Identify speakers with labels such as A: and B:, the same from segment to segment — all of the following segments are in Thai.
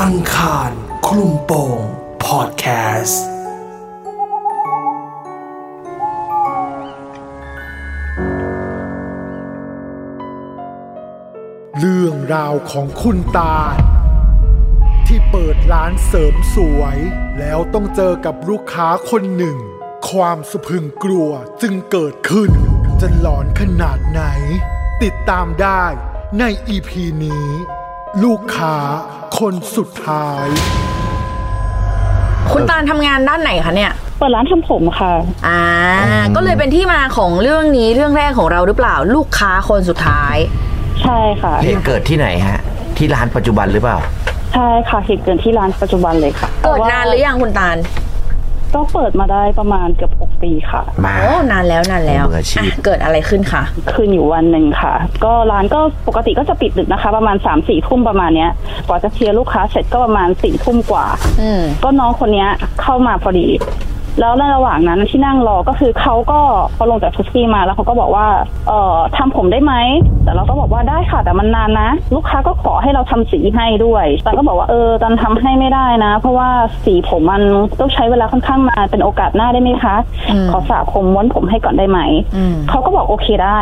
A: อังคาร คลุมโปงพอดแคสต์
B: เรื่องราวของคุณตา ที่เปิดร้านเสริมสวย แล้วต้องเจอกับลูกค้าคนหนึ่ง ความสะพรึงกลัวจึงเกิดขึ้น จะหลอนขนาดไหน ติดตามได้ในอีพีนี้ ลูกค้าคนสุดท้าย
C: คุณตาลทำงานด้านไหนคะเนี่ย
D: เปิดร้านทำผมค่ะ
C: อ่า ก็เลยเป็นที่มาของเรื่องนี้เรื่องแรกของเราหรือเปล่า ลูกค้าคนสุดท้าย
D: ใช่ค่ะ
E: เหตุเกิดที่ไหนฮะ ที่ร้านปัจจุบันหรือเปล่า
D: ใช่ค่ะเหตุเกิดที่ร้านปัจจุบันเลยค่ะ
C: เกิดนานหรือยังคุณตาล
D: ก็เปิดมาได้ประมาณเกือบ6ปีค่ะ
E: มา
C: โอ้นานแล้วนานแล้ว
E: มืออาชีพ
C: อ่ะเกิดอะไรขึ้นคะ
D: คืนอยู่วันหนึ่งค่ะ ก็ร้านก็ปกติก็จะปิดดึกนะคะ ประมาณ3ามสี่ทุ่มประมาณเนี้ยกว่าจะเคลียร์ลูกค้าเสร็จก็ประมาณสี่ทุ่มกว่า
C: อืม
D: ก็น้องคนเนี้ยเข้ามาพอดี แล้วในระหว่างนั้นที่นั่งรอก็คือเขาก็พอลงจากแท็กซี่มาแล้วเขาก็บอกว่า เอ่อทำผมได้ไหม แต่เราก็บอกว่าได้ค่ะแต่มันนานนะ ลูกค้าก็ขอให้เราทำสีให้ด้วยแต่ก็บอกว่าเออตันทำให้ไม่ได้นะ เพราะว่าสีผมมันต้องใช้เวลาค่อนข้างนานเป็นโอกาสหน้าได้ไหมคะ ขอสระผมม้วนผมให้ก่อนได้ไหม
C: อืม
D: เขาก็บอกโอเคได้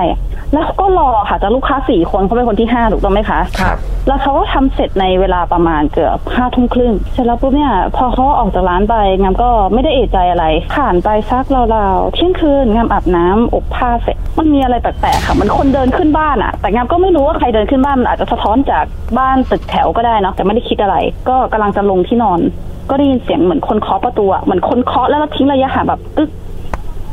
D: แล้วเขาก็รอค่ะจากลูกค้าสี่คนเขาเป็นคนที่ห้าถูกต้องไหมคะ
E: ครับ
D: แล้วเขาก็ทำเสร็จในเวลาประมาณเกือบห้าทุ่มครึ่ง เสร็จแล้วปุ๊บเนี่ยพอเขาออกจากร้านไปงามก็ไม่ได้เอะใจอะไร ผ่านไปสักราวๆเที่ยงคืนงามอาบน้ำอบผ้าเสร็จ มันมีอะไรแปลกๆค่ะ มันคนเดินขึ้นบ้านอะแต่งามก็ไม่รู้ว่าใครเดินขึ้นบ้านมันอาจจะสะท้อนจากบ้านตึกแถวก็ได้เนาะแต่ไม่ได้คิดอะไร ก็กำลังจะลงที่นอน ก็ได้ยินเสียงเหมือนคนเคาะประตูอะเหมือนคนเคาะแล้วก็ทิ้งระยะห่างแบบตึ๊ก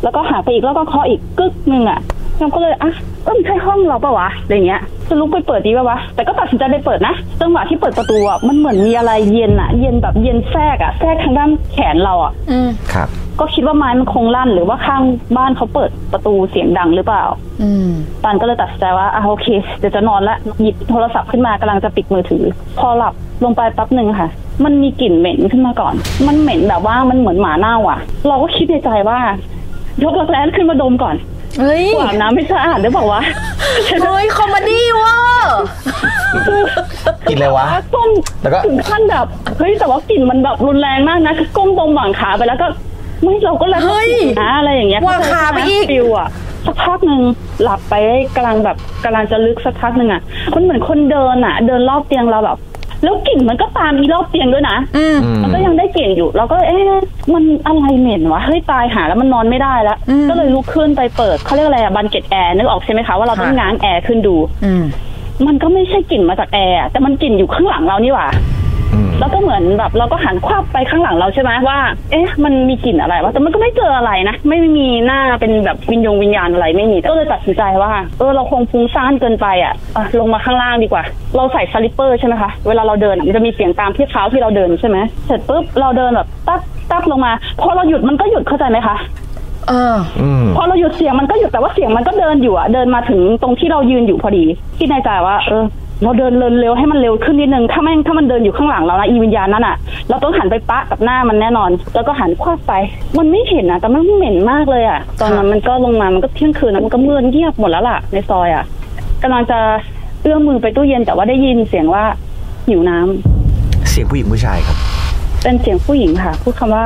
D: แล้วก็หายไปอีกแล้วก็เคาะอีกกึกหนึ่งอะ่ะเราก็เลยอ่ะเออมนใช่ห้องเราปะวะอะไรเงี้ยจะลุกไปเปิดดีปะวะแต่ก็ตัดสินใจไปเปิดนะจังหวะที่เปิดประตูอะ่ะมันเหมือนมีอะไรเย็นอะ่ะ เย็นแบบเย็นแทรกอะ่ะแทรกทางด้านแขนเราอ่ะ
C: อืม
E: ครับ
D: ก็คิดว่าไม้มันคงลั่นหรือว่าข้างบ้านเขาเปิดประตูเสียงดังหรือเปล่า
C: อืม
D: ปานก็เลยตัดสินใจว่าอ่ะโอเคเดี๋ยวจะนอนละหยิบโทรศัพท์ขึ้นมากำลังจะปิดมือถือ พอหลับลงไปแป๊บหนึ่งค่ะ มันมีกลิ่นเหม็นขึ้นมาก่อน มันเหม็นแบบว่ามันเหมือนหมาเน่าอ่ะ เราก็คิดในใจว่ายกรักแร้ขึ้นมาดมก่อน
C: เฮ้ย
D: กูอาบน้ำไม่สะอาดหรือเปล่าวะ ใช่ไหม
C: เฮ้ยคอมเมดี้เวอร์
E: กินอะไรวะ
D: ก้ม
E: แล้วก็
D: ถึงขั้นแบบเฮ้ยแต่ว่ากลิ่นมันแบบรุนแรงมากนะคือก้มตรงหว่างขาไปแล้วก็ไม่เราก็แล้ว
C: เฮ้ย
D: นะอะไรอย่างเงี้ย
C: ว่าขาไปอีก
D: ฟิวอะสักพักหนึ่งหลับไปกำลังแบบกำลังจะลึกสักพักหนึ่งอะมันเหมือนคนเดินอะเดินรอบเตียงเราแบบ แล้วกลิ่นมันก็ตามอีรอบเตียงด้วยนะ
C: อืม
E: อืม
D: มันก็ยังได้กลิ่นอยู่ เราก็เอ๊ะมันอะไรเหม็นวะเฮ้ยตายหาแล้วมันนอนไม่ได้แล้ว
C: อืม
D: ก็เลยลุกขึ้นไปเปิดเขาเรียกอะไรอะบันเก็ตแอร์นึกออกใช่ไหมคะว่าเราต้องง้างแอร์ขึ้นดู
C: อืม
D: มันก็ไม่ใช่กลิ่นมาจากแอร์อะแต่มันกลิ่นอยู่ข้างหลังเรานี่หว่า
E: อืม
D: แล้วก็เหมือนแบบเราก็หันควับไปข้างหลังเราใช่ไหมว่า เอ๊ะ มันมีกลิ่นอะไรวะ แต่มันก็ไม่เจออะไรนะ ไม่มีหน้าเป็นแบบวิญญงวิญญาณอะไรไม่มี ก็เลยตัดสินใจว่า เออ เราคงฟุ้งซ่านเกินไปอ่ะอ่ะ ลงมาข้างล่างดีกว่า เราใส่สลิปเปอร์ใช่ไหมคะ เวลาเราเดินอะมันจะมีเสียงตามที่เท้าที่เราเดินใช่ไหม เสร็จปุ๊บเราเดินแบบตั๊บตั๊บลงมา พอเราหยุดมันก็หยุดเข้าใจไหมคะ
C: เออ
E: อืม
D: พอเราหยุดเสียงมันก็หยุดแต่ว่าเสียงมันก็เดินอยู่อะเดินมาถึงตรงที่เรายืนอยู่พอดีคิดในใจว่า เออ เราเดินเร็วเร็วให้มันเร็วขึ้นนิดนึงถ้าแม่งถ้ามันเดินอยู่ข้างหลังเรานะอีวิญญาณนั่นอะเราต้องหันไปปะกับหน้ามันแน่นอน แล้วก็หันควับไป มันไม่เห็นอะแต่มันเหม็นมากเลยอะตอนนั้นมันก็ลงมามันก็เที่ยงคืนแล้วมันก็มืดเงียบหมดแล้วล่ะในซอยอะกำลังจะเอื้อมมือไปตู้เย็นแต่ว่าได้ยินเสียงว่าหิวน้ำ
E: เสียงผู้หญิงผู้ชายครับ
D: เป็นเสียงผู้หญิงค่ะพูดคำว่า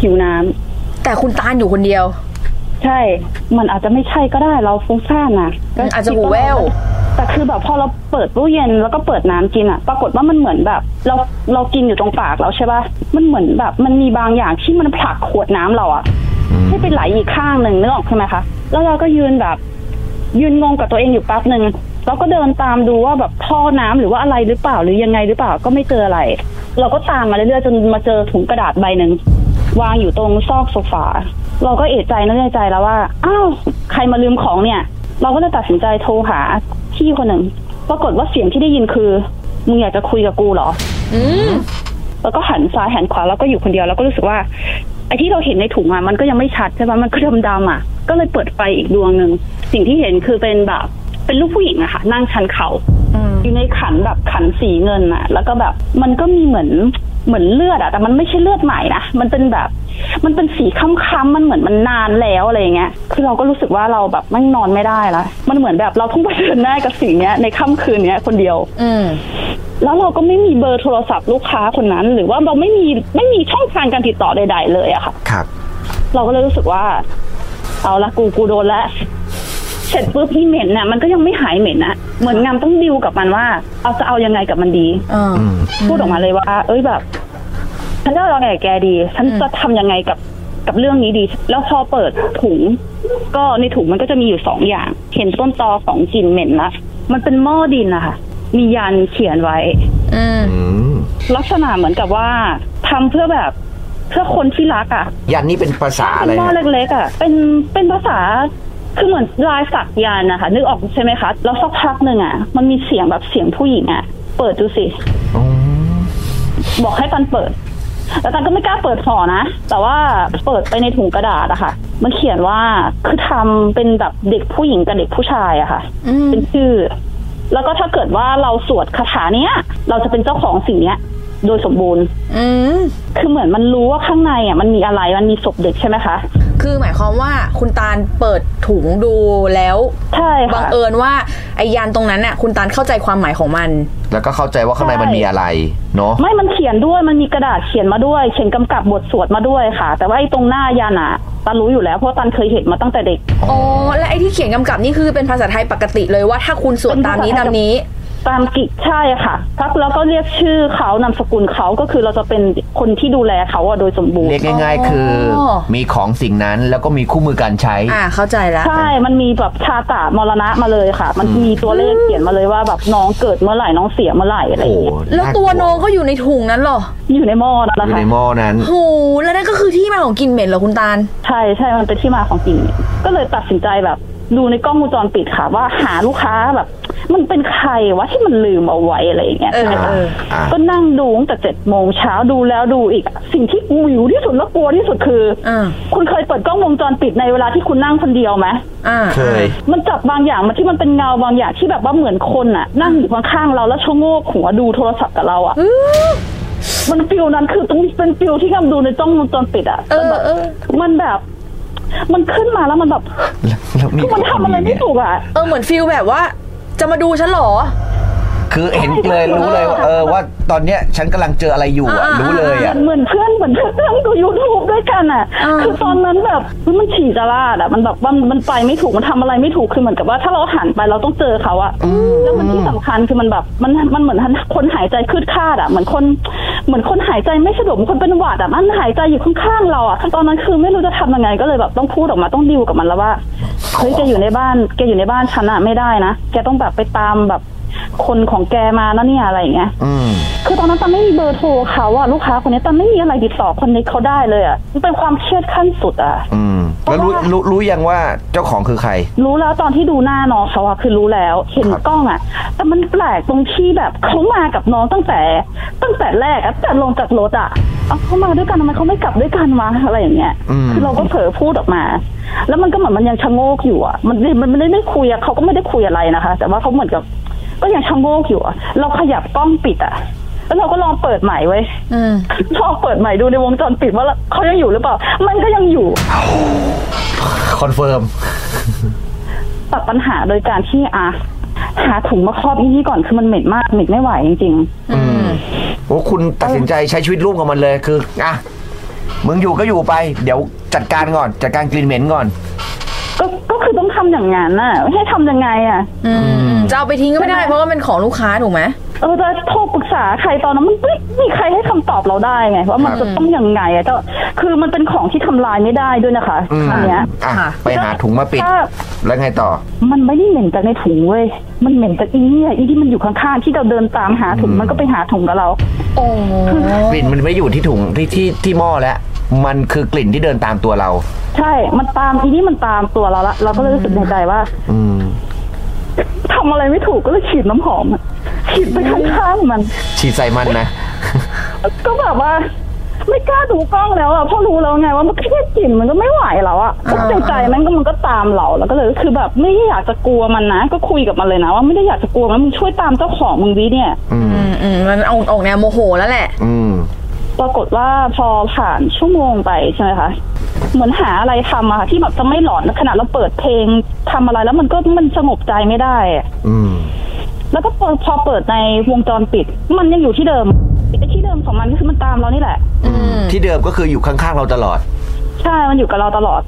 D: หิวน้ำ
C: แต่คุณตาลอยู่คนเดียว
D: ใช่ มันอาจจะไม่ใช่ก็ได้เราฟุ้งซ่านนะ
C: มันอาจจะหูแว่ว
D: แต่คือแบบพอเราเปิดตู้เย็นแล้วก็เปิดน้ำกินอะปรากฏว่ามันเหมือนแบบ เราเรากินอยู่ตรงปากเราใช่ปะมันเหมือนแบบมันมีบางอย่างที่มันผลักขวดน้ำเราอะให้ไปไหลอีกข้างหนึ่งนึกออกใช่ไหมคะ แล้วเราก็ยืนแบบ ยืนงงกับตัวเองอยู่แป๊บหนึ่งเราก็เดินตามดูว่าแบบท่อน้ำหรือว่าอะไรหรือเปล่าหรือยังไงหรือเปล่าก็ไม่เจออะไร เราก็ตามมาเรื่อยๆจนมาเจอถุงกระดาษใบหนึ่งวางอยู่ตรงซอกโซฟาเราก็เอะใจนึกในใจแล้วว่าอ้าวใครมาลืมของเนี่ย เราก็เลยตัดสินใจโทรหาพี่คนหนึ่งปรากฏว่าเสียงที่ได้ยินคือมึงอยากจะคุยกับกูเหรอ
C: อืม
D: แล้วก็หันซ้ายหันขวาแล้วก็อยู่คนเดียวแล้วก็รู้สึกว่าไอ้ที่เราเห็นในถุงอ่ะมันก็ยังไม่ชัดใช่ปะมันก็ดำๆอ่ะ ก็เลยเปิดไฟอีกดวงหนึ่งสิ่งที่เห็นคือเป็นแบบเป็นลูกผู้หญิงอะค่ะ นั่งชันเขา่าอยู่ในขันแบบขันสีเงินอะแล้วก็แบบมันก็มีเหมือน เหมือนเลือดอะแต่มันไม่ใช่เลือดใหม่นะมันเป็นแบบ มันเป็นสีค้ำๆมันเหมือนมันนานแล้วอะไรอย่างเงี้ยคือเราก็รู้สึกว่าเราแบบไม่งนอนไม่ได้ละมันเหมือนแบบเราเพิ่งเผชิญหน้ากับสิ่งเนี้ยในค่ำคืนเนี้ยคนเดียว
C: อืม
D: แล้วเราก็ไม่มีเบอร์โทรศัพท์ลูกค้าคนนั้น หรือว่าเราไม่มีไม่มีช่องทางการติดต่อใด ๆ เลยอะค่ะ
E: ครับ
D: เราก็เลยรู้สึกว่า เอาละกูกูโดนละเสร็จปุ๊บพี่เหม็นน่ะมันก็ยังไม่หายเหม็นนะเหมือนงามต้องดิวกับมันว่า เอาจะเอายังไงกับมันดี
C: เออ
E: อืม
D: พูดออกมาเลยว่า เอ้ยแบบ ฉันจะเอายังไงกับแกดี ฉันจะทำยังไงกับกับเรื่องนี้ดี แล้วพอเปิดถุง ก็ในถุงมันก็จะมีอยู่สองอย่าง เห็นต้นตอของกลิ่นเหม็นละมันเป็นหม้อดินนะคะมียันเขียนไว้
C: อืม
E: อืม
D: ลักษณะเหมือนกับว่าทำเพื่อแบบเพื่อคนที่รักอ่ะ
E: ยันนี่เป็นภาษาอะไร
D: เป็นหม้อ
E: ฮะ
D: เล็กๆอ่ะ เป็น เป็นภาษา คือเหมือนลายสักยานนะคะ นึกออกใช่ไหมคะ แล้วสักพักหนึ่งอ่ะ มันมีเสียงแบบเสียงผู้หญิงอ่ะ เปิดดูสิ
E: อ๋อ
D: บอกให้ตันเปิด แล้วตันก็ไม่กล้าเปิดห่อนะ แต่ว่าเปิดไปในถุงกระดาษอะค่ะ มันเขียนว่า คือทำเป็นแบบเด็กผู้หญิงกับเด็กผู้ชายอะค่ะ
C: อืม
D: เป็นชื่อ แล้วก็ถ้าเกิดว่าเราสวดคาถาเนี้ย เราจะเป็นเจ้าของสิ่งเนี้ย โดยสมบูรณ์
C: อืม
D: คือเหมือนมันรู้ว่าข้างในอ่ะ มันมีอะไร มันมีศพเด็กใช่ไหมคะ
C: คือหมายความว่าคุณตาลเปิดถุงดูแล้ว
D: ใช่ค่ะ
C: บังเอิญว่าไอ้ยานตรงนั้นน่ะคุณตาลเข้าใจความหมายของมัน
E: แล้วก็เข้าใจว่าข้างในมันมีอะไร เนาะ
D: ไม่มันเขียนด้วย มันมีกระดาษเขียนมาด้วย เขียนกำกับบทสวดมาด้วยค่ะ แต่ว่าไอ้ตรงหน้ายันอะตันรู้อยู่แล้ว เพราะตันเคยเห็นมาตั้งแต่เด็ก
C: อ๋อ และไอ้ที่เขียนกำกับนี่คือเป็นภาษาไทยปกติเลยว่าถ้าคุณสวดตามนี้ตามนี้
D: ตามกิจใช่ค่ะถ้าเราก็เรียกชื่อเขานามสกุลเขาก็คือเราจะเป็นคนที่ดูแลเขาอะโดยสมบูร
E: เรีย
D: ณ์
E: กง่าย ๆ คืออ
C: อ
E: มีของสิ่งนั้นแล้วก็มีคู่มือการใช้
C: อ่าเข้าใจละ
D: ใช่ มันมีแบบชาตะมรณะมาเลยค่ะ มันมีตัวเลขเขียนมาเลยว่าแบบน้องเกิดเมื่อไหร่น้องเสียเมื่อไหร่อะไร
E: โอ้โห
C: แล้วตัวน้องก็อยู่ในถุงนั้นเหรอ
D: อยู่ในหม้อนั่นแห
E: อ
D: ละ
E: ยู่
D: ค่ะ
E: ในหม้อนั้น
C: โหแล้วนั่นก็คือที่มาของกลิ่นเหม็นเหรอคุณตาล
D: ใช่ใช่มันเป็นที่มาของกลิ่นก็เลยตัดสินใจแบบดูในกล้องวงจรปิดค่ะ ว่าหาลูกค้าแบบ มันเป็นใครวะที่มันลืมเอาไว้อะไรอย่างเงี้ย
C: เออ
D: ใช่ไหมคะ
C: เออ
E: อ่า
D: ก็นั่งดูตั้งแต่เจ็ดโมงเช้าดูแล้วดูอีก สิ่งที่วิวที่สุดและกลัวที่สุดคืออา คุณเคยเปิดกล้องวงจรปิดในเวลาที่คุณนั่งคนเดียวไหม
C: อ่า
E: เคย
D: มันจับบางอย่างมาที่มันเป็นเงาบางอย่างที่แบบว่าเหมือนคนอะนั่งอยู่ข้างๆเราแล้วชะโงกหัวดูโทรศัพท์กับเราอะมันฟิลนั้นคือต้องเป็นฟิลที่กำลังดูในกล้องวงจรปิดอะ
C: เออเออ
D: มันแบบ มันขึ้นมาแล้วมันแบบ
E: แล้วแล้วมี
D: คือมันทำอะไรไม่ถูกอ่ะ
C: เออเหมือนฟิลแบบว่า จะมาดูฉันเหรอ
E: คือเห็นเลยรู้เลยว่าเออว่าตอนเนี้ยฉันกำลังเจออะไรอยู่อะ
C: อ่าๆๆ
E: รู้เลยอ่ะ
D: เหมือนเพื่อนเหมือนเพื่อนนั่งดูยูทูบด้วยกันอ่ะ
C: อ่า
D: คือตอนนั้นแบบมันฉี่จะลาดอ่ะ มันแบบว่ามันไปไม่ถูกมันทำอะไรไม่ถูกคือเหมือนกับว่าถ้าเราหันไปเราต้องเจอเขาอ่ะแล้วมันที่สำคัญคือมันแบบมันมันเหมือนคนหายใจคืดคาดอ่ะเหมือนคนเหมือนคนหายใจไม่สะดวกเหมือนคนเป็นหวัดอ่ะมันหายใจอยู่ข้างๆเราอ่ะตอนนั้นคือไม่รู้จะทำยังไงก็เลยแบบต้องพูดออกมาต้องดิวกับมันแล้วว่าเฮ้ยแกอยู่ในบ้านแกอยู่ในบ้านฉันอ่ะไม่ได้นะแกต้องแบบไปตามแบบคนของแกมานะเนี่ยอะไรอย่างเงี้ย
E: อืม
D: คือตอนนั้นตันไม่มีเบอร์โทรเขาอะลูกค้าคนนี้ตันไม่มีอะไรติดต่อคนนี้เขาได้เลยอะมันเป็นความเครียดขั้นสุดอะ
E: อืม แล้วรู้รู้รู้ยังว่าเจ้าของคือใคร
D: รู้แล้วตอนที่ดูหน้าน้องเขาอะคือรู้แล้ว เห็นกล้องอะแต่มันแปลกตรงที่แบบเขามากับน้องตั้งแต่ ตั้งแต่แรกอะตั้งแต่ลงจากรถอะเอาเขามาด้วยกันทำไมเขาไม่กลับด้วยกันวะอะไรอย่างเงี้ย
E: อืม
D: คือเราก็เผลอพูดออกมา แล้วมันก็เหมือนมันยังชะโงกอยู่อะมันมันไม่ได้ไม่คุยอะเขาก็ไม่ได้คุยอะไรนะคะ แต่ว่าเขาเหมือนกับ ก็ยังชะโงกอยู่อะเราขยับกล้องปิดอะแล้วเราก็ลองเปิดใหม่ไว้ย
C: อืม
D: ชอบเปิดใหม่ดูในวงจรปิดว่าเขายังอยู่หรือเปล่า มันก็ยังอยู่
E: คอนเฟิร์ม
D: ตัดปัญหาโดยการที่อ่ะหาถุงมาครอบอีนี่ก่อนคือมันเหม็นมากเหม็นไม่ไหวจริง
C: อืม
E: โอ้คุณตัดสินใจใช้ชีวิตร่วมกับมันเลยคืออ่ะมึงอยู่ก็อยู่ไป เดี๋ยวจัดการก่อน จัดการกลิ่นเหม็นก่อน
D: ๆ ก็ก็คือต้องทำอย่างนั้นน่ะไม่ให้ทำยังไงอ่ะ
C: อืม จะเอาไปทิ้งก็ไม่ได้เพราะว่าเป็นของลูกค้าถูกไหม
D: เออจะโทรปรึกษาใครตอนนั้นมันไม่มีใครให้คำตอบเราได้ไงว่ามัน
E: ครับ
D: จะต้องยังไงอ่ะแต่คือมันเป็นของที่ทำลายไม่ได้ด้วยนะคะ
E: อืม
D: อันเนี้ย
E: อ่ะ
C: ค่ะ
E: ไปหาถุงมาปิด
D: ถ้า
E: แล้วไงต่อ
D: มันไม่ได้เหม็นจากในถุงเว้ยมันเหม็นจากอีเนี่ยอีที่มันอยู่ข้างๆที่เราเดินตามหาถุงมันก็ไปหาถุงกับเรา
C: โอ้
E: กลิ่นมันไม่อยู่ที่ถุงที่ที่ที่หม้อแล้ว มันคือกลิ่นที่เดินตามตัวเรา
D: ใช่ มันตามอีนี่มันตามตัวเราละเราก็เลยรู้สึกในใจว่า
E: อืม
D: ทำอะไรไม่ถูกก็เลยฉีดน้ำหอมอะฉีดไปข้างๆมัน
E: ฉีดใส่มันนะ
D: ก็แบบว่า ไม่กล้าดูกล้องแล้วอะเพราะรู้แล้วไงว่ามันแค่กลิ่นมันก็ไม่ไหวแล้วอะก็ใจใจมันก็มันก็ตามเราแล้วก็เลยคือแบบไม่อยากจะกลัวมันนะ ก็คุยกับมันเลยนะ ว่าไม่ได้อยากจะกลัวมันมึงช่วยตามเจ้าของมึงดิเนี่ย
C: อืมอืมมันออกออกแนวโมโหแล้วแหละ
E: อืม
D: ปรากฏว่าพอผ่านชั่วโมงไปใช่ไหมคะเหมือนหาอะไรทำอะค่ะที่แบบจะไม่หลอนขนาดเราเปิดเพลงทำอะไรแล้วมันก็มันสงบใจไม่ได้อะ
E: อืม
D: แล้วก็พอพอเปิดในวงจรปิด มันยังอยู่ที่เดิมไอ้ที่เดิมของมันก็คือมันตามเรานี่แหละ
E: ที่เดิมก็คืออยู่ข้างๆเราตลอด
D: ใช่มันอยู่กับเราตลอด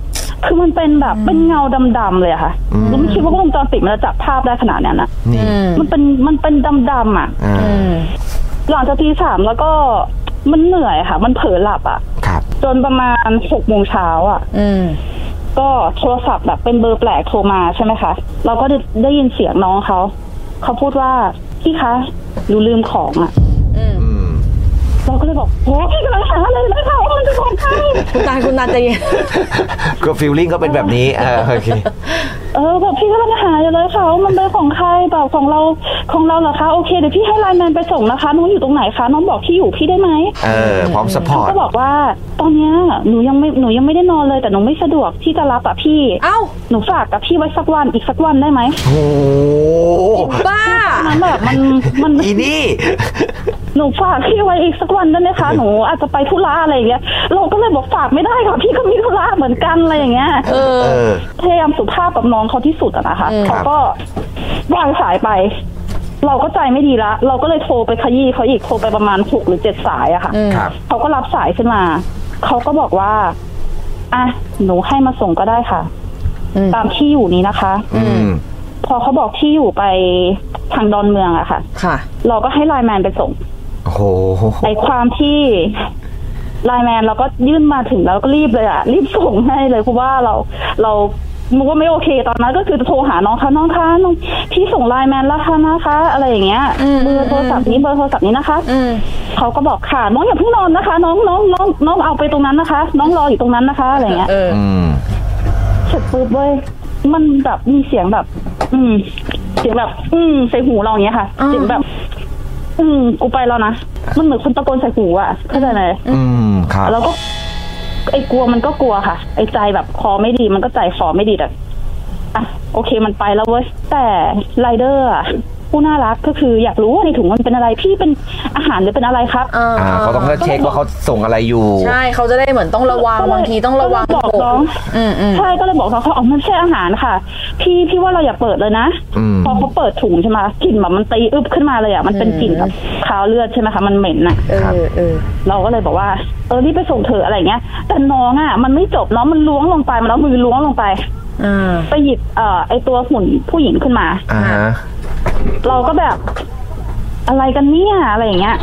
D: คือมันเป็นแบบเป็นเงาดำๆเลยอะค่ะ
E: อืม
D: เราไม่คิดว่ากล้องวงจรปิดมันจะจับภาพได้ขนาดนั้นนะ
E: นี่
C: อืม
D: มันเป็นมันเป็นดำๆอ่ะ
E: อ่า
C: อืม
D: หลังจากตีสามแล้วก็มันเหนื่อยค่ะ มันเผลอหลับอ่ะ
E: ครับ
D: จนประมาณหกโมงเช้าอ่ะ
C: อืม
D: ก็โทรศัพท์แบบเป็นเบอร์แปลกโทรมาใช่ไหมคะ เราก็ได้ได้ยินเสียงน้องเขา เขาพูดว่าพี่คะหนูลืมของอ่ะ
E: อืม
D: เราก็เลยบอกโหพี่กำลังหาอะไรนะคะว่ามันจะของใคร
C: คุณตาคุณตาใจเย็น
E: ก็ฟิลลิ่งก็เป็นแบบนี้เออโอเค
D: เออแบบพี่กำลังหาอยู่เลยค่ะว่ามันเป็นของใครแบบของเราของเราเหรอคะโอเคเดี๋ยวพี่ให้ไลน์แมนไปส่งนะคะน้องอยู่ตรงไหนคะน้องบอกที่อยู่พี่ได้ไหม
E: เออ พร้อมสปอร์ต
D: ก็บอกว่าตอนเนี้ยหนูยังไม่หนูยังไม่ได้นอนเลยแต่หนูไม่สะดวกที่จะรับอะพี่
C: เอ้า
D: หนูฝากกับพี่ไว้สักวันอีกสักวันได้ไหม
E: โอ้โห
C: บ้า
D: มันแบบมันมัน
E: อีนี่
D: หนูฝากพี่ไว้อีกสักวันได้ไหมคะหนูอาจจะไปธุระอะไรอย่างเงี้ยเราก็เลยบอกฝากไม่ได้ค่ะพี่ก็มีธุระเหมือนกันอะไรอย่างเงี้ย
C: เออ
E: เออ
D: พยายามสุภาพกับน้องเขาที่สุดอะนะคะ
C: อืม
D: เขาก็วางสายไป เราก็ใจไม่ดีละ เราก็เลยโทรไปขยี้เขาอีกโทรไปประมาณหกหรือเจ็ดสายอะค่ะ
E: ครับ
D: เขาก็รับสายขึ้นมา เขาก็บอกว่าอ่ะหนูให้มาส่งก็ได้ค่ะ ตามที่อยู่นี้นะคะ
E: อืม
D: พอเขาบอกที่อยู่ไปทางดอนเมืองอะค่ะ
C: ค่ะ
D: เราก็ให้ไลน์แมนไปส่ง
E: โอ้โห
D: ไอความที่ไลน์แมนเราก็ยื่นมาถึงแล้วก็รีบเลยอะรีบส่งให้เลยเพราะว่าเราเรามันก็ไม่โอเคตอนนั้นก็คือโทรหาน้องคะน้องคะน้องพี่ส่งไลน์แมนแล้วค่ะนะคะ อะไรอย่างเงี้ย
C: อืม
D: เบอร์โทรศัพท์นี้เบอร์โทรศัพท์นี้นะคะ
C: อืม
D: เขาก็บอกค่ะน้องอย่าเพิ่งนอนนะคะ น้องน้องน้องน้องเอาไปตรงนั้นนะคะ น้องรออยู่ตรงนั้นนะคะอะไรอย่างเงี้ย
C: เออ
E: อืม
D: เสร็จปุ๊บเว้ยมันแบบมีเสียงแบบ อืม เสียงแบบ อืมใส่หูเราอย่างเงี้ยค่ะ
C: อ่า
D: เสียงแบบ อืมกูไปแล้วนะมันเหมือนคนตะโกนใส่หูอะเข้าใจไหม
E: อืม ครับ
D: แล้วก็ไอ้กลัวมันก็กลัวค่ะ ไอ้ใจแบบคอไม่ดีมันก็ใจคอไม่ดีแต่อ่ะโอเคมันไปแล้วเว้ยแต่ไรเดอร์อะผู้น่ารักก็คืออยากรู้ว่าในถุงมันเป็นอะไรพี่เป็นอาหารหรือเป็นอะไรครับ
C: เออ
E: อ่า เขาต้องเช็คว่าเขาส่งอะไรอยู่
C: ใช่เขาจะได้เหมือนต้องระวัง
D: ก็เลย
C: บางทีต้องระวัง
D: ก็เลยบอกน้อง
C: อืมอืม
D: ใช่ก็เลยบอกน้องเขาอ๋อมันไม่ใช่อาหารค่ะ พี่พี่ว่าเราอย่าเปิดเลยนะ
E: อืม
D: พอเขาเปิดถุงใช่ไหมกลิ่นแบบมันตีอึบขึ้นมาเลยอ่ะมันเป็นกลิ่นแบบคาวเลือดใช่ไหมคะมันเหม็นอ่ะ
C: เอ
E: ครับ
C: อเออ
D: เราก็เลยบอกว่าเออรีบไปส่งเธอะอะไรเงี้ย แต่น้องอ่ะมันไม่จบน้องมันล้วงลงไปมันเอามือล้วงลงไป
C: อ่า
D: ไปหยิบเอ่อไอตัวหุ่นผู้หญิงขึ้นมา
E: อ่าฮะ
D: เราก็แบบอะไรกันเนี่ยอะไรอย่างเงี้ย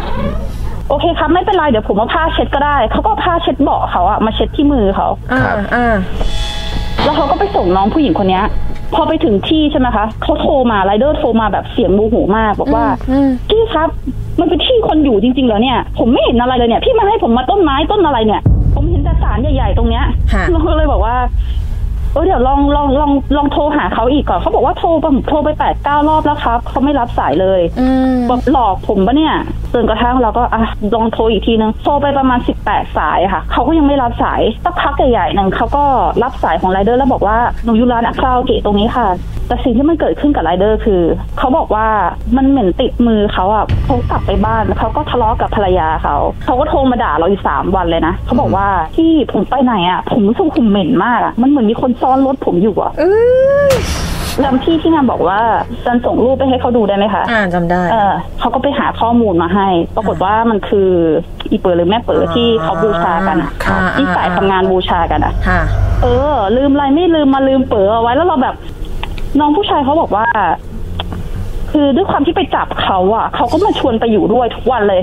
D: โอเคครับไม่เป็นไรเดี๋ยวผมเอาผ้าเช็ดก็ได้เขาก็เอาผ้าเช็ดเบาะเขาอะมาเช็ดที่มือเขา
C: อ่า
E: ครับ
C: อ่า
D: แล้วเขาก็ไปส่งน้องผู้หญิงคนเนี้ย พอไปถึงที่ใช่ไหมคะเขาโทรมาไรเดอร์โทรมาแบบเสียงโมโหมากบอกว่าพี่ครับ มันเป็นที่คนอยู่จริงๆเหรอเนี่ย ผมไม่เห็นอะไรเลยเนี่ยพี่มาให้ผมมาต้นไม้ต้นอะไรเนี่ย ผมเห็นแต่สารใหญ่ๆตรงเนี้ย
C: ฮะ
D: เราก็เลยบอกว่าเออเดี๋ยวลองลองลองลองโทรหาเขาอีกก่อนเขาบอกว่าโทรไปโทรไปแปดเก้ารอบแล้วครับเขาไม่รับสายเลย
C: อืม
D: แบบหลอกผมปะเนี่ยจนกระทั่งเราก็อ่ะลองโทรอีกทีนึงโทรไปประมาณสิบแปดสายค่ะ เขาก็ยังไม่รับสายสักพักใหญ่ๆหนึ่งเขาก็รับสายของไรเดอร์แล้วบอกว่าหนูอยู่ร้านอะคราโอเกะตรงนี้ค่ะ แต่สิ่งที่มันเกิดขึ้นกับไรเดอร์คือเขาบอกว่ามันเหม็นติดมือเขาอ่ะเขากลับไปบ้านเขาก็ทะเลาะกับภรรยาเขาเขาก็โทรมาด่าเราอยู่สามวันเลยนะเขาบอกว่าที่ผมไปไหนอ่ะ ผมรู้สึกผมเหม็นมากอ่ะมันเหมือนมีคนซ้อนรถผมอยู่อ่ะแล้วพี่ที่งานบอกว่าจันส่งรูปไปให้เขาดูได้ไหมคะ
C: อ่าจำได้
D: เออเขาก็ไปหาข้อมูลมาให้ ปรากฏว่ามันคืออีเปิดหรือแม่เปิดที่เขาบูชากันอ่ะ
C: ครับ
D: ที่สายทำงานบูชากันอ่ะ
C: ค่ะ
D: เออ ลืมอะไรไม่ลืมมาลืมเป๋อเอาไว้แล้วเราแบบ น้องผู้ชายเขาบอกว่า คือด้วยความที่ไปจับเขาอ่ะเขาก็มาชวนไปอยู่ด้วยทุกวันเลย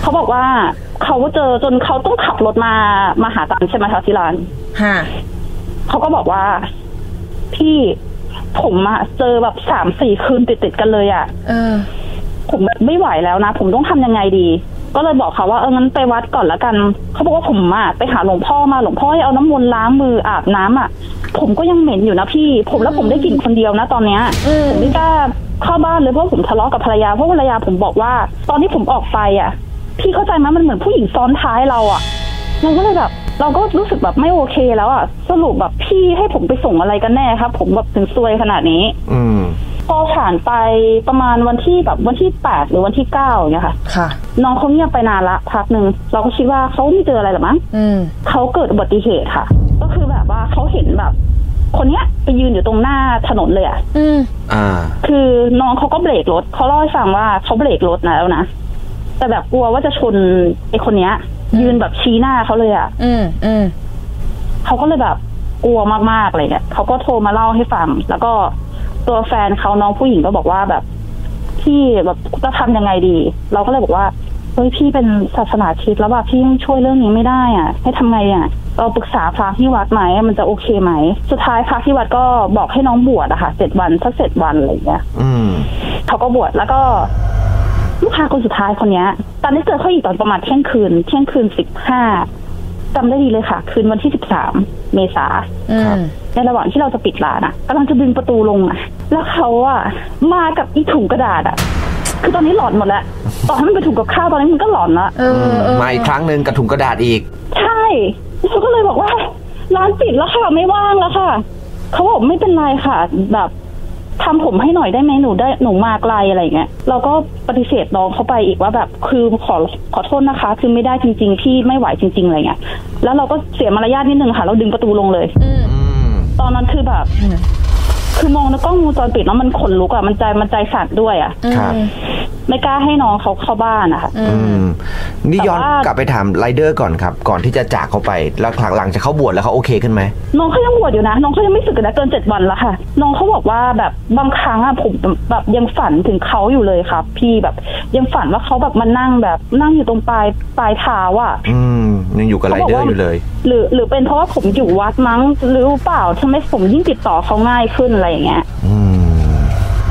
D: เขาบอกว่าเขาก็เจอจนเขาต้องขับรถมามาหาตันใช่ไหมคะที่ร้าน
C: ค่ะ
D: เขาก็บอกว่า พี่ผมอะเจอแบบสามสี่คืนติดๆกันเลยอะ
C: เออ
D: ผมแบบไม่ไหวแล้วนะ ผมต้องทำยังไงดี ก็เลยบอกเขาว่าเอองั้นไปวัดก่อนละกัน เขาบอกว่าผมอะไปหาหลวงพ่อมาหลวงพ่อให้เอาน้ำมนต์ล้างมืออาบน้ำอะผมก็ยังเหม็นอยู่นะพี่ ผมแล้วผมได้กลิ่นคนเดียวนะตอนเนี้ย
C: อืม
D: ผมไม่กล้าเข้าบ้านเลยเพราะผมทะเลาะกับภรรยาเพราะภรรยาผมบอกว่า ตอนที่ผมออกไปอะพี่เข้าใจไหมมันเหมือนผู้หญิงซ้อนท้ายเราอะเราก็เลยแบบ เราก็รู้สึกแบบไม่โอเคแล้วอะสรุปแบบพี่ให้ผมไปส่งอะไรกันแน่ครับ ผมแบบถึงซวยขนาดนี้
E: อืม
D: พอผ่าน านไปประมาณวันที่แบบวันที่แปดหรือวันที่เก้าอย่างเงี้ยค่ะ
C: ค่ะ
D: น้องเขาเงียบไปนานละพักหนึ่งเราก็คิดว่าเขาไม่เจออะไรหรอกมั้ง
C: อืม
D: เขาเกิดอุบัติเหตุค่ะ ก็คือแบบว่าเขาเห็นแบบ คนเนี้ยไปยืนอยู่ตรงหน้าถนนเลยอะ
C: อืม
E: อ่า
D: คือน้องเขาก็เบรกรถเขาเล่าให้ฟังว่าเขาเบรกรถนะแล้วนะ แต่แบบกลัวว่าจะชนไอ้คนเนี้ย ยืนแบบชี้หน้าเขาเลยอะ
C: อืมอืม
D: เขาก็เลยแบบกลัวมากๆอะไรเงี้ยเขาก็โทรมาเล่าให้ฟัง แล้วก็ตัวแฟนเขาน้องผู้หญิงก็บอกว่าแบบพี่แบบจะทำยังไงดี เราก็เลยบอกว่าเฮ้ยพี่เป็นศาสนาคริดแล้วแบบพี่ยังช่วยเรื่องนี้ไม่ได้อ่ะ ให้ทำไงอ่ะ เราปรึกษาพระที่วัดไหมมันจะโอเคไหม สุดท้ายพระที่วัดก็บอกให้น้องบวชอะค่ะเจ็ดวันสักเจ็ดวันอะไรอย่างเงี้ย
E: อืม
D: เขาก็บวชแล้วก็ลูกค้าคนสุดท้ายคนเนี้ย ตอนนี้เจอเขาอีกตอนประมาณเที่ยงคืน เที่ยงคืนสิบห้าจำได้ดีเลยค่ะ คืนวันที่สิบสามเมษา
C: อื
E: ครั
C: ม
E: บ
D: ในระหว่างที่เราจะปิดร้านอะกำลังจะดึงประตูลงอะแล้วเขาอะมากับอีถุงกระดาษอะคือตอนนี้หลอนหมดแล้วต่อให้มันเป็นถุงกับข้าวตอนนี้มันก็หลอนละ
C: เออเออ
E: มาอีกครั้งหนึ่งกระถุงกระดาษอีก
D: ใช่เขาก็เลยบอกว่า ร้านปิดแล้วค่ะไม่ว่างแล้วค่ะเขาบอกไม่เป็นไรค่ะ แบบทำผมให้หน่อยได้ไหมหนูได้หนูมาไกลอะไรอย่างเงี้ยเราก็ปฏิเสธน้องเขาไปอีกว่าแบบคือขอขอโทษนะคะ คือไม่ได้จริง ๆ พี่ไม่ไหวจริง ๆอะไรเงี้ยแล้วเราก็เสียมารยาทนิดนึงค่ะ เราดึงประตูลงเลย
E: อืม
D: ตอนนั้นคือแบบ คือมองในกล้องวงจรปิดแล้วมันขนลุกอะมันใจมันใจสั่นด้วยอะ
E: ครับ
D: ไม่กล้าให้น้องเขาเข้าบ้านอะค่ะ
E: อืม นี่ย้อน
D: แต่ว่า
E: กลับไปถามไรเดอร์ก่อนครับ ก่อนที่จะจากเขาไป แล้วหลังหลังจากเขาบวชแล้วเขาโอเคขึ้นไหม
D: น้องเขายังบวชอยู่นะ น้องเขายังไม่สึกนะเกินเจ็ดวันแล้วค่ะ น้องเขาบอกว่าแบบบางครั้งอะผมแบบยังฝันถึงเขาอยู่เลยครับ พี่แบบยังฝันว่าเขาแบบมานั่งแบบนั่งอยู่ตรงปลายปลายเท้าอะ
E: อืม ยังอยู่กับไรเดอร์อยู่เลย
D: หรือ หรือเป็นเพราะว่าผมอยู่วัดมั้งหรือเปล่าทำไมผมยิ่งติดต่อเขาง่ายขึ้นอะไรอย่างเงี้ย
E: อืม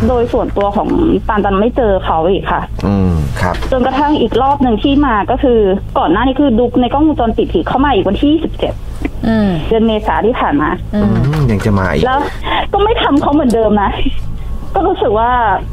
D: โดยส่วนตัวของตานตันไม่เจอเขาอีกค่ะ
E: อืม ครับ
D: จนกระทั่งอีกรอบหนึ่งที่มาก็คือก่อนหน้านี้คือดูในกล้องวงจรปิดอีกเข้ามาอีกวันที่ 27
C: อืม
D: เดือนเมษาที่ผ่านมา
E: อืม ยังจะมาอีก
D: แล้วก็ไม่ทำเขาเหมือนเดิมนะ ก็รู้สึกว่า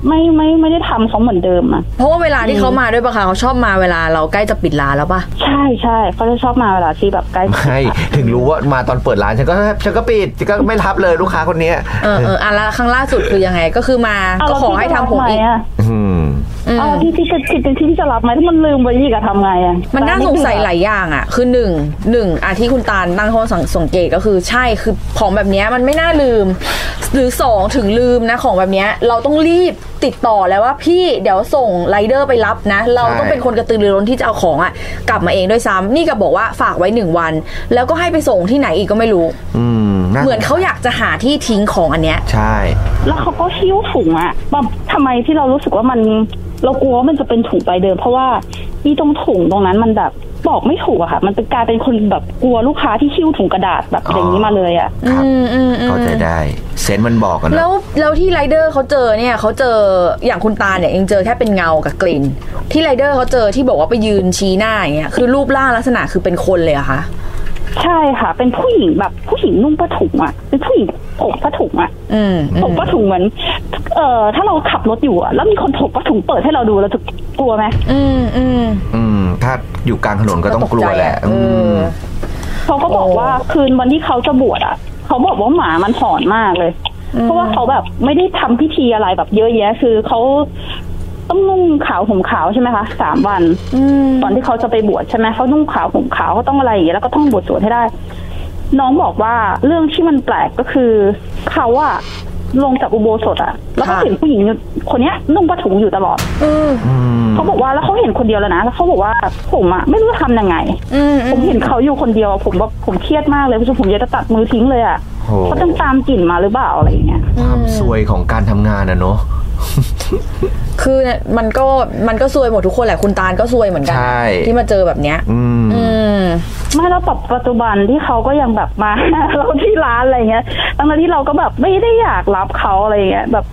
D: ไม่ไม่ไม่ได้ทำเขาเหมือนเดิมอะ
C: เพราะว่าเวลาที่เขามาด้วยปะคะเขาชอบมาเวลาเราใกล้จะปิดร้านแล้วปะ
D: ใช่ใช่เขาจะชอบมาเวลาที่แบบใกล้
E: ไม่ ถึงรู้ว่ามาตอนเปิดร้านฉันก็ฉันก็ปิดฉันก็ไม่รับเลยลูกค้าคนเนี้ย
C: เออเอออ่ะแล้วครั้งล่าสุดคือยังไงก็คือมา
D: เา
C: ก็
D: แล้ว
C: ขอให้ทำผมอีก
D: จะรับไหอะ
E: อืม
C: อืม
D: เอาที่ที่จะคิดเป็นที่ที่จะรับไหมถ้ามันลืมไปอีกอะทำไงอะ
C: มันน่าสงสัยหลายอย่างอ่ะ คือหนึ่งหนึ่งอะที่คุณตาลตั้งข้อสังเกตก็คือใช่คือของแบบเนี้ยมันไม่น่าลืม หรือสองถึงลืมนะของแบบเนี้ยเราต้องรีบติดต่อแล้วว่าพี่เดี๋ยวส่งไรเดอร์ไปรับนะ เราต้องเป็นคนกระตือรือร้นที่จะเอาของอ่ะ กลับมาเองด้วยซ้ำนี่ก็บอกว่าฝากไว้หนึ่งวัน แล้วก็ให้ไปส่งที่ไหนอีกก็ไม่รู้
E: อืม
C: เหมือนเขาอยากจะหาที่ทิ้งของอันเนี้ย
E: ใช่
D: แล้วเขาก็หิ้วถุงอะแบบทำไมที่เรารู้สึกว่ามัน เรากลัวว่ามันจะเป็นถุงใบเดิม เพราะว่าที่ตรงถุงตรงนั้นมันแบบบอกไม่ถูกอะค่ะ มันเป็นกลายเป็นคนแบบกลัวลูกค้าที่หิ้วถุงกระดาษแบบอย่างนี้มาเลยอะ
E: ครับ
C: อืมอืมอืม
E: เข้าใจได้ เซนส์มันบอกกันนอะ
C: แล้วแล้วที่ไรเดอร์เขาเจอเนี่ยเขาเจออย่างคุณตาเนี่ยยังเจอแค่เป็นเงากับกลิ่น ที่ไรเดอร์เขาเจอที่บอกว่าไปยืนชี้หน้าอย่างเงี้ยคือรูปร่างลักษณะคือเป็นคนเลยเหรอะคะ
D: ใช่ค่ะ เป็นผู้หญิงแบบผู้หญิงนุ่งผ้าถุงอ่ะ เป็นผู้หญิงถกผ้าถุงอ่ะ
C: อืมอื
D: ถก
C: ม
D: ผ้าถุงเหมือน เอ่อถ้าเราขับรถอยู่อ่ะ แล้วมีคนถกผ้าถุงเปิดให้เราดูเราจะกลัวไหม
C: อืมอืม
E: อืม ถ้าอยู่กลางถนนก็ต้องกลัวแหละ
C: ก็ตกใจอะ
E: อื
C: เอ
E: ม
C: อ
D: เขาก็บอกว่าคืนวันที่เขาจะบวชอ่ะ เขาบอกว่าหมามันหอนมากเลย เพราะว่าเขาแบบไม่ได้ทำพิธีอะไรแบบเยอะแยะ คือเขาต้องนุ่งขาวห่มขาวใช่ไหมคะสามวันตอนที่เขาจะไปบวชใช่ไหมเขานุ่งขาวห่มขาวเขาต้องอะไรอย่างเงี้ยแล้วก็ต้องบวชสวดให้ได้ น้องบอกว่าเรื่องที่มันแปลกก็คือ เขาอะลงจากอุโบสถอะแล้วก็
C: ค่ะ
D: เห็นผู้หญิงอยู่คนเนี้ยนุ่งผ้าถุงอยู่ตลอด
C: อืม
E: อืม
D: เขาบอกว่าแล้วเขาเห็นคนเดียวแล้วนะแล้วเขาบอกว่าผมอะไม่รู้จะทำยังไง
C: อืม
D: ผมเห็นเขาอยู่คนเดียวอะผมแบบผมเครียดมากเลยผู้ชมผมอยากจะตัดมือทิ้งเลยอะ
E: โอ้
D: เขาต้องตามกลิ่นมาหรือเปล่าอะไรอย่างเงี้ย
E: ความซวยของการทำงานอะเนาะ
C: คือมันก็มันก็ซวยหมดทุกคนแหละคุณตาลก็ซวยเหมือนกั
E: ใช่
C: ที่มาเจอแบบเนี้ย
E: อืม
C: อืม
D: ไม่แล้วแบบปัจจุบันที่เขาก็ยังแบบ มา เราที่ร้านอะไรเงี้ยตั้งแต่ที่เราก็แบบไม่ได้อยากรับเขาอะไรเงี้ยแบบ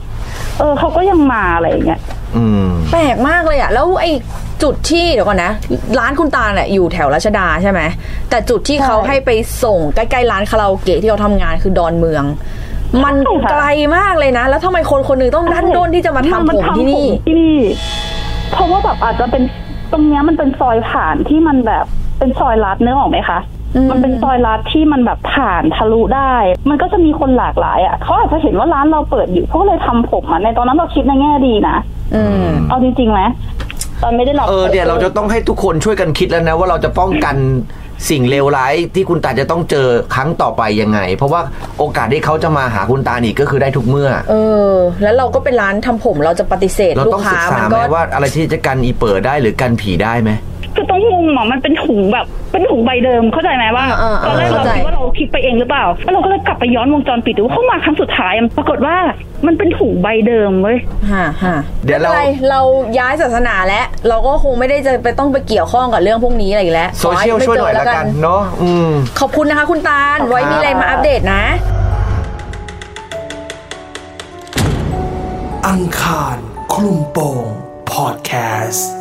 D: เออเขาก็ยังมาอะไรเงี้ย
E: อืม
C: แปลกมากเลยอะแล้วไอ้จุดที่เดี๋ยวก่อนนะ ร้านคุณตาเนี่ยอยู่แถวรัชดาใช่ไหมแต่จุดที่เขาให้ไปส่งใกล้ๆร้านคาราโอเกะที่เขาทำงานคือดอนเมือง มัน
D: ใช่ค่ะ
C: ไกลมากเลยนะ แล้วทำไมคนคนหนึงต้องดันด้นที่จะมาทำผมที่นี่
D: ทำผมที่นี่ เพราะว่าแบบอาจจะเป็นตรงเนี้ยมันเป็นซอยผ่านที่มันแบบเป็นซอยลัดเนื้อออกไหมคะ มันเป็นซอยลัดที่มันแบบผ่านทะลุได้ มันก็จะมีคนหลากหลายอ่ะเขาอาจจะเห็นว่าร้านเราเปิดอยู่เขาก็เลยทำผมอ่ะในตอนนั้นเราคิดในแง่ดีนะ
C: อืม
D: เอาจริงๆไหมตอนไม่ได้หลอก
E: เออเดี๋ยวเราจะต้องให้ทุกคนช่วยกันคิดแล้วนะ ว่าเราจะป้องกันสิ่งเลวร้ายที่คุณตาจะต้องเจอครั้งต่อไปยังไง เพราะว่าโอกาสที่เขาจะมาหาคุณตาอีกก็คือได้ทุกเมื่อ
C: เออ แล้วเราก็เป็นร้านทำผมเราจะปฏิเสธ
E: เรา
C: ลู
E: ต้อก งศึ
C: ค้าก
E: ษา
C: มัน
E: ไหม
C: ก็
E: ว่าอะไรที่จะกันอีเปิดได้หรือกันผีได้ไหม
D: คือต้องงงอ่ะมันเป็นถุงแบบ เป็นถุงใบเดิมเข้าใจไหมว่า
C: อ่าๆๆ
D: ตอนแรกเรา
C: เข้าใจ
D: คิดว่าเราคิดไปเองหรือเปล่าแล้วเราก็เลยกลับไปย้อนวงจรปิดดูเข้ามาครั้งสุดท้ายอะปรากฏว่ามันเป็นถุงใบเดิมเว้ย
C: ฮะฮะ
E: เดี๋ยวเรา
C: ไม่ป็นไเราย้ายศาสนาแล้ว เราก็คงไม่ได้จะไปต้องไปเกี่ยวข้องกับเรื่องพวกนี้อะไรอีกแล้ว
E: โซเชียล
C: ขให้ไม่
E: ช่วยหน่อย
C: เจ
E: ละกันเนาะอืม
C: ขอบคุณนะคะคุณตาล ไว้มีอะไรมาอัปเดตนะ
A: อังคารคลุมโปงพอดแคสต์